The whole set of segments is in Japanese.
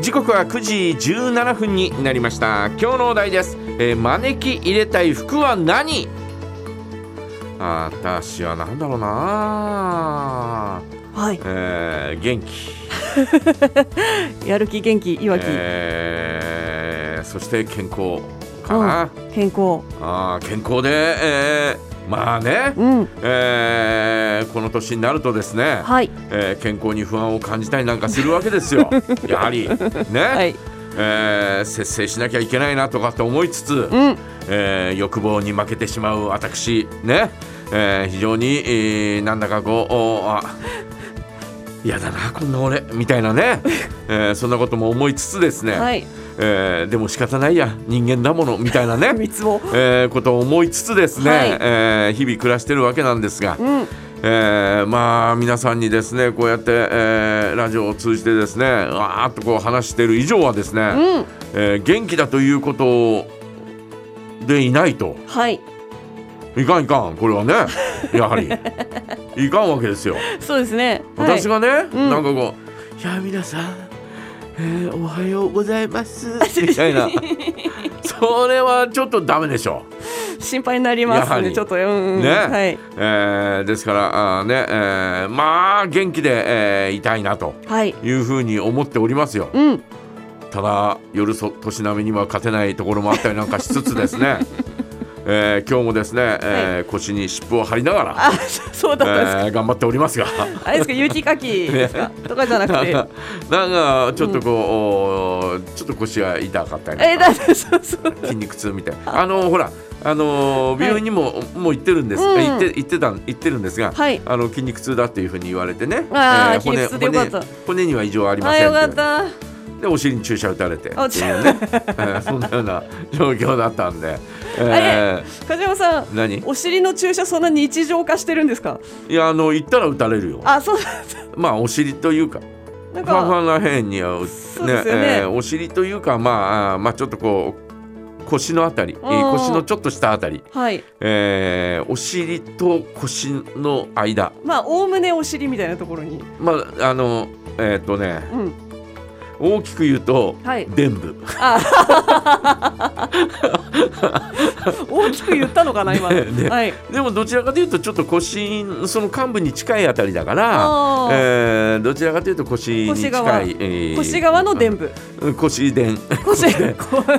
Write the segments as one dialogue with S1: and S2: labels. S1: 時刻は9時17分になりました今日のお題です、えー招き入れたい服は何あー私は何だろうな
S2: はい、
S1: えー元気、
S2: やる気元気いわき、
S1: えーそして健康かな、
S2: 健康
S1: あー健康で、えーまあね、
S2: うん
S1: えーこの年になるとですね、
S2: はい
S1: えー健康に不安を感じたりなんかするわけです よやはりね、
S2: はい
S1: えー節制しなきゃいけないなとかって思いつつ、
S2: うん
S1: えー欲望に負けてしまう私ね、えー非常に、えーなんだかこうおあ嫌だなこんな俺みたいな ね、えーそんなことも思いつつですね、
S2: はい
S1: えーでも仕方ないや人間だものみたい なね、
S2: 三つも
S1: えーことを思いつつですね、
S2: はい
S1: えー日々暮らしてるわけなんですが、
S2: うん
S1: えーまあ皆さんにですねこうやって、えーラジオを通じてですねわーっとこう話している以上はですね、
S2: うん
S1: えー元気だということでいないと
S2: はい
S1: いかんいかんこれは ねやはりいかんわけですよ。
S2: そうですねはい
S1: 私がね、
S2: ん
S1: なんかこう「いや皆さん、えーおはようございます」みたい なそれはちょっとダメでしょ。
S2: 心配になりま
S1: やは
S2: すね
S1: り
S2: ちょっとうんうん
S1: ね
S2: はい
S1: えーですからあーね、えーまあ元気で、えーいたいなと
S2: はい
S1: いうふうに思っておりますよ
S2: うん
S1: ただ夜そ年並みには勝てないところもあったりなんかしつつです ね、えー今日もですね、えー腰に湿布を張りながら、
S2: あそ そうだったんですか、
S1: えー頑張っておりますが
S2: あれですか雪かきですか、とかじゃな く
S1: なん
S2: て
S1: かなんかちょっとこう、おーちょっと腰が痛かったり
S2: え
S1: とか
S2: だ ってそうそう
S1: 筋肉痛みたいなあのほらあのー病院にも、もう行ってるんです、
S2: うん
S1: 行って行ってた行ってるんですが、
S2: はい
S1: あの筋肉痛だっていうふうに言われてね、
S2: あー筋
S1: 骨
S2: 肉痛でよかった
S1: 骨骨には異常はありま
S2: あ
S1: せん
S2: よ
S1: って
S2: かった
S1: でお尻に注射打たれて
S2: あ
S1: っていうね、えーそんなような状況だったん で、えー
S2: 梶山さん
S1: 何
S2: お尻の注射そんな日常化してるんですか
S1: いやあの行ったら打たれるよ
S2: あそう
S1: まあお尻というか
S2: なん
S1: ファンフ
S2: か
S1: ァンらへんには
S2: うですよね
S1: えーお尻というかまああーまあちょっとこう腰のあたり、えー
S2: うん
S1: 腰のちょっとしたあたり、
S2: はい
S1: えーお尻と腰の間
S2: まあ概ねお尻みたいなところに
S1: まああのえっ、とね
S2: うん
S1: 大きく言うと、
S2: はい
S1: 臀部
S2: 大きく言ったのかな今
S1: ねね
S2: はい
S1: でもどちらかというとちょっと腰その幹部に近いあたりだから、
S2: あー
S1: えーどちらかというと腰に近
S2: 腰側
S1: い、えー
S2: 腰側の臀部
S1: うん 腰 伝
S2: 腰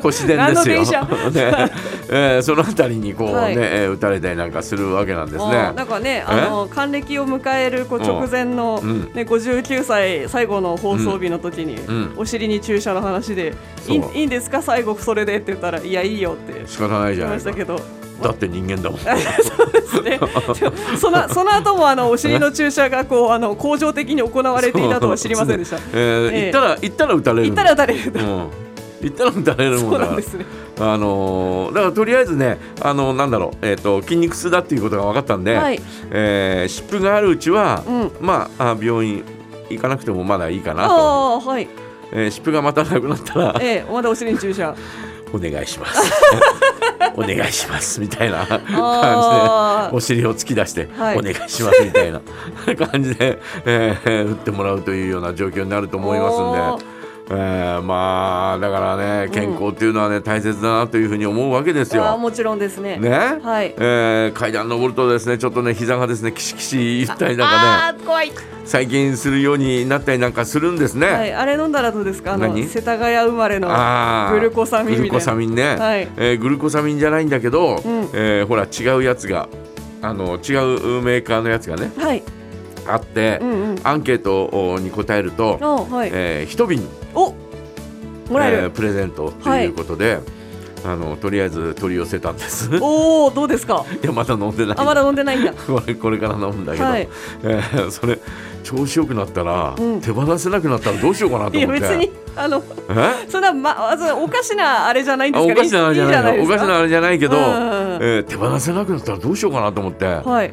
S1: 腰伝
S2: 何
S1: で
S2: の
S1: すよ、
S2: 電車
S1: ねえーそのあたりにこうね、
S2: はい
S1: えー打たれたりなんかするわけなんです
S2: あー
S1: ね
S2: なんかね、あの還暦を迎えるこう
S1: うん
S2: 直前の、
S1: うん
S2: ね、59歳最後の放送日の時に、
S1: うん
S2: お尻に注射の話で、
S1: そう
S2: いいいいんですか最後それでって言ったらいやいいよって
S1: 仕方ないじ
S2: 言
S1: ゃな
S2: いま
S1: い
S2: した
S1: か
S2: けど。
S1: だって人間だ もん
S2: で すね、そのその後もあのお尻の注射がこうあの恒常的に行われていたとは知りませんでした。
S1: えー
S2: ええ
S1: 行ったら行ったら打たれる
S2: 行ったら打たれる。
S1: うん行ったら打たれるもん
S2: そう
S1: だ
S2: な
S1: か
S2: ん
S1: ら
S2: ですね。
S1: あのーだからとりあえずね、あのーなんだろう、えー、と筋肉痛だっていうことが分かったんで、
S2: はい
S1: えー湿布があるうちは、
S2: うん
S1: まああ病院行かなくてもまだいいかなと、
S2: ああ ーはい。
S1: えー湿布がまたなくなったら
S2: ええまだお尻に注射。
S1: お願いし ますお願いしますみたいな感
S2: あ
S1: じ
S2: ー
S1: でお尻を突き出して、
S2: はい
S1: お願いしますみたいな 感じで、えー打ってもらうというような状況になると思いますんで。えーまあだからね健康っていうのはね、大切だなというふうに思うわけです
S2: ああ
S1: よ。
S2: もちろんですね。
S1: ね、
S2: はい。
S1: えー階段登るとですねちょっとね膝がですねキシキシ言ったりなんかね
S2: ああー怖い。
S1: 最近するようになったりなんかするんですね。
S2: はい、あれ飲んだらどうですかあの
S1: 何
S2: 世田谷生まれの
S1: あー
S2: グルコサミン
S1: グ
S2: みたいな
S1: ルコサミンね、
S2: はい
S1: えーグルコサミンじゃないんだけど、
S2: ん
S1: えーほら違うやつがあの違うメーカーのやつがね
S2: はい
S1: あって、
S2: うんうん
S1: アンケートに答えると、
S2: おはい、
S1: えー一瓶、
S2: おもらえる、
S1: えープレゼントということで、あのとりあえず取り寄せたんです。 い
S2: おおどうですか
S1: やまだ飲んでない
S2: あまだ飲んでないんだ
S1: これ これから飲むんだけど、
S2: はい
S1: えーそれ調子よくなったら、
S2: うん
S1: 手放せなくなったらどうしようかなと
S2: いや
S1: 思って
S2: 別にあの
S1: え
S2: そんなまあそのおかしなあれじゃないんで
S1: あ
S2: す
S1: お
S2: か
S1: から
S2: い
S1: し
S2: い
S1: なあれじゃないの
S2: いい
S1: お
S2: じ
S1: かし
S2: ゃ
S1: な
S2: ない
S1: あれじゃないけど、
S2: う
S1: え
S2: んうんうん
S1: ー手放せなくなったらどうしようかなと思って、
S2: ですかはい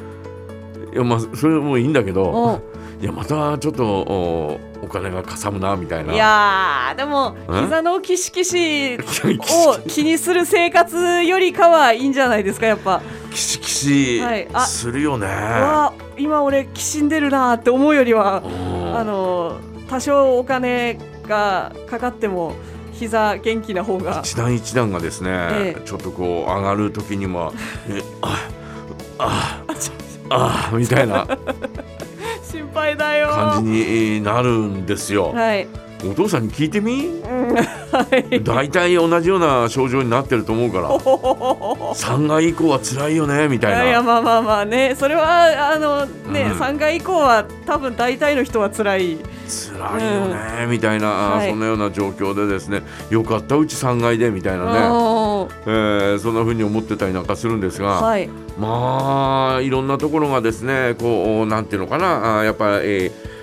S1: い、やまあそれもいいんだけど
S2: お
S1: いやまたちょっとおお金がかさむなみたいない
S2: やーでも
S1: え
S2: 膝のキシキシ
S1: キシキシ
S2: を気にする生活よりかはいいんじゃないですかやっぱ
S1: キシキシ
S2: はいあ
S1: するよね、
S2: わー今俺きしんでるなーって思うよりは
S1: うん
S2: あの多少お金がかかっても膝元気な方が
S1: 一段一段がですね、
S2: ええ
S1: ちょっとこう上がる時にも「えああああ」みたいな
S2: 心配だよ
S1: 感じになるんですよ。
S2: はい、
S1: お父さんに聞いてみ
S2: うん、はい
S1: 大体同じような症状になってると思うから
S2: ほほほほ ほ
S1: 3階以降は辛いよねみ
S2: いや
S1: た
S2: い
S1: い
S2: や
S1: な。
S2: まあまあまあねそれはあのね、
S1: うん
S2: 3回以降は多分大体の人は辛い
S1: 辛いよねみたいな、
S2: はい
S1: そんなような状況でですねよかったうち3階でみたいなね、
S2: おー
S1: えーそんな風に思ってたりなんかするんですが、
S2: はい
S1: まあいろんなところがですねこうなんていうのかなあーやっぱ、えー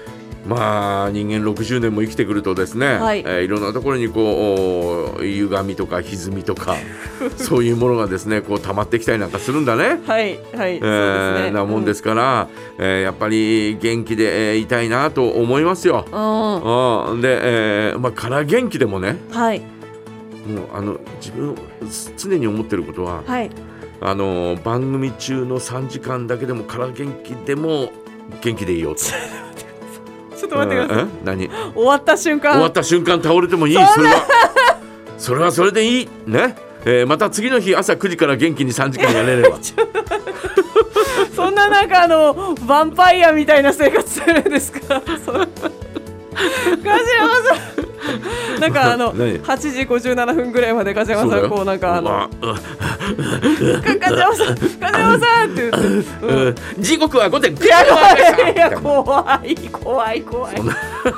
S1: まあ人間60年も生きてくるとですね、
S2: はい
S1: えーいろんなところにこうお歪みとか歪みと かそういうものがですねこう溜まってきたりなんかするんだね。
S2: はいはい、
S1: えー
S2: そうですね
S1: なもんですから、えーやっぱり元気で、えーいたいなと思いますよ。
S2: うん、うん
S1: あで、えーまあ、から元気でもね
S2: はい
S1: もうあの自分す常に思ってることは
S2: はい
S1: あの番組中の3時間だけでもから元気でも元気でいいよと。
S2: ちょっ と待ってください、
S1: うん何終
S2: 終わった瞬間
S1: わった瞬間倒れてもいいそれはそれはそれでいいね、えーまた次の日朝9時から元気に3時間やれれ ば
S2: そんななんかあのヴァンパイアみたいな生活するんですか。そのガジラマさん。なんかあ の
S1: 何
S2: 8時57分ぐらいまでガジラマ
S1: だ
S2: さ
S1: よ
S2: んこうなんかあの
S1: まあ
S2: ガジラマさんガジラマさんって言って。
S1: う
S2: うん
S1: ん時刻は午前9時
S2: いや怖いい
S1: みたい
S2: や
S1: な
S2: 怖い怖い怖い。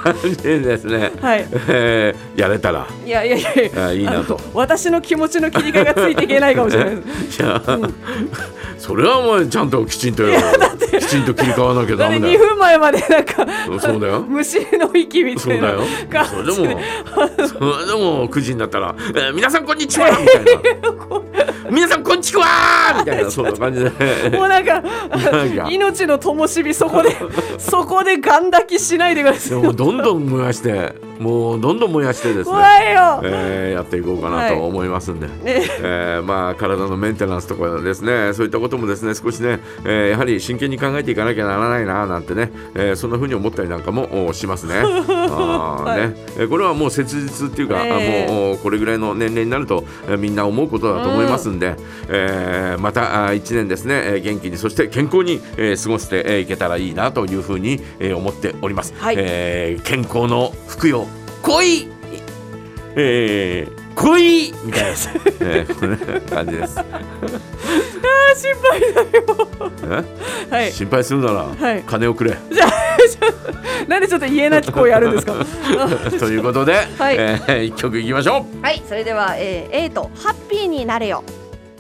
S1: 感 じでですね、
S2: はい。
S1: えーやれたら
S2: いやいやいや
S1: あいいなと
S2: あの私の気持ちの切り替えがついていけないかもし れないです。
S1: いや、それはお前ちゃんときちんときちんと切り替わらなきゃダ
S2: だっ
S1: メ
S2: て
S1: だ
S2: 2
S1: よ
S2: 分前までなんか
S1: そうだよ
S2: 虫の息み
S1: そ
S2: た
S1: う
S2: い
S1: だ
S2: な
S1: よそ
S2: 感
S1: れ
S2: じで
S1: でもそれでも9時になったら、えー皆さんこんにちはみたいな皆さんこんにちはみたいなそんな感じで
S2: もうなんか
S1: なんか
S2: 命の灯火そ こでそこでガン抱きしないでくだ
S1: で
S2: さい
S1: もどんどん燃やしてもうどんどん燃やしてですね、
S2: 怖いよ、
S1: えーやっていこうかなと思いますんで、
S2: ね
S1: えーまあ、体のメンテナンスとかですねそういったこともですね少しね、えーやはり真剣に考えていかなきゃならないななんてね、えーそんな風に思ったりなんかもおしますねあーね、えーこれはもう切実っていうか、あ
S2: ええ
S1: もうおこれぐらいの年齢になると、えーみんな思うことだと思いますんで、えーまた1年ですね、えー元気にそして健康に、えー過ごしてえーいけたらいいなという風に、えー思っております、
S2: はい
S1: えー健康の服用恋えー、恋みたいな、 えーこんな感じです。
S2: あー心配だよはい
S1: 心配するなら、
S2: はい
S1: 金をくれ
S2: なんでちょっと言えなき声あるんですかは
S1: ということで、
S2: はい
S1: えー一曲いきましょう
S2: いそれでは、えー、A とハッピーになれよ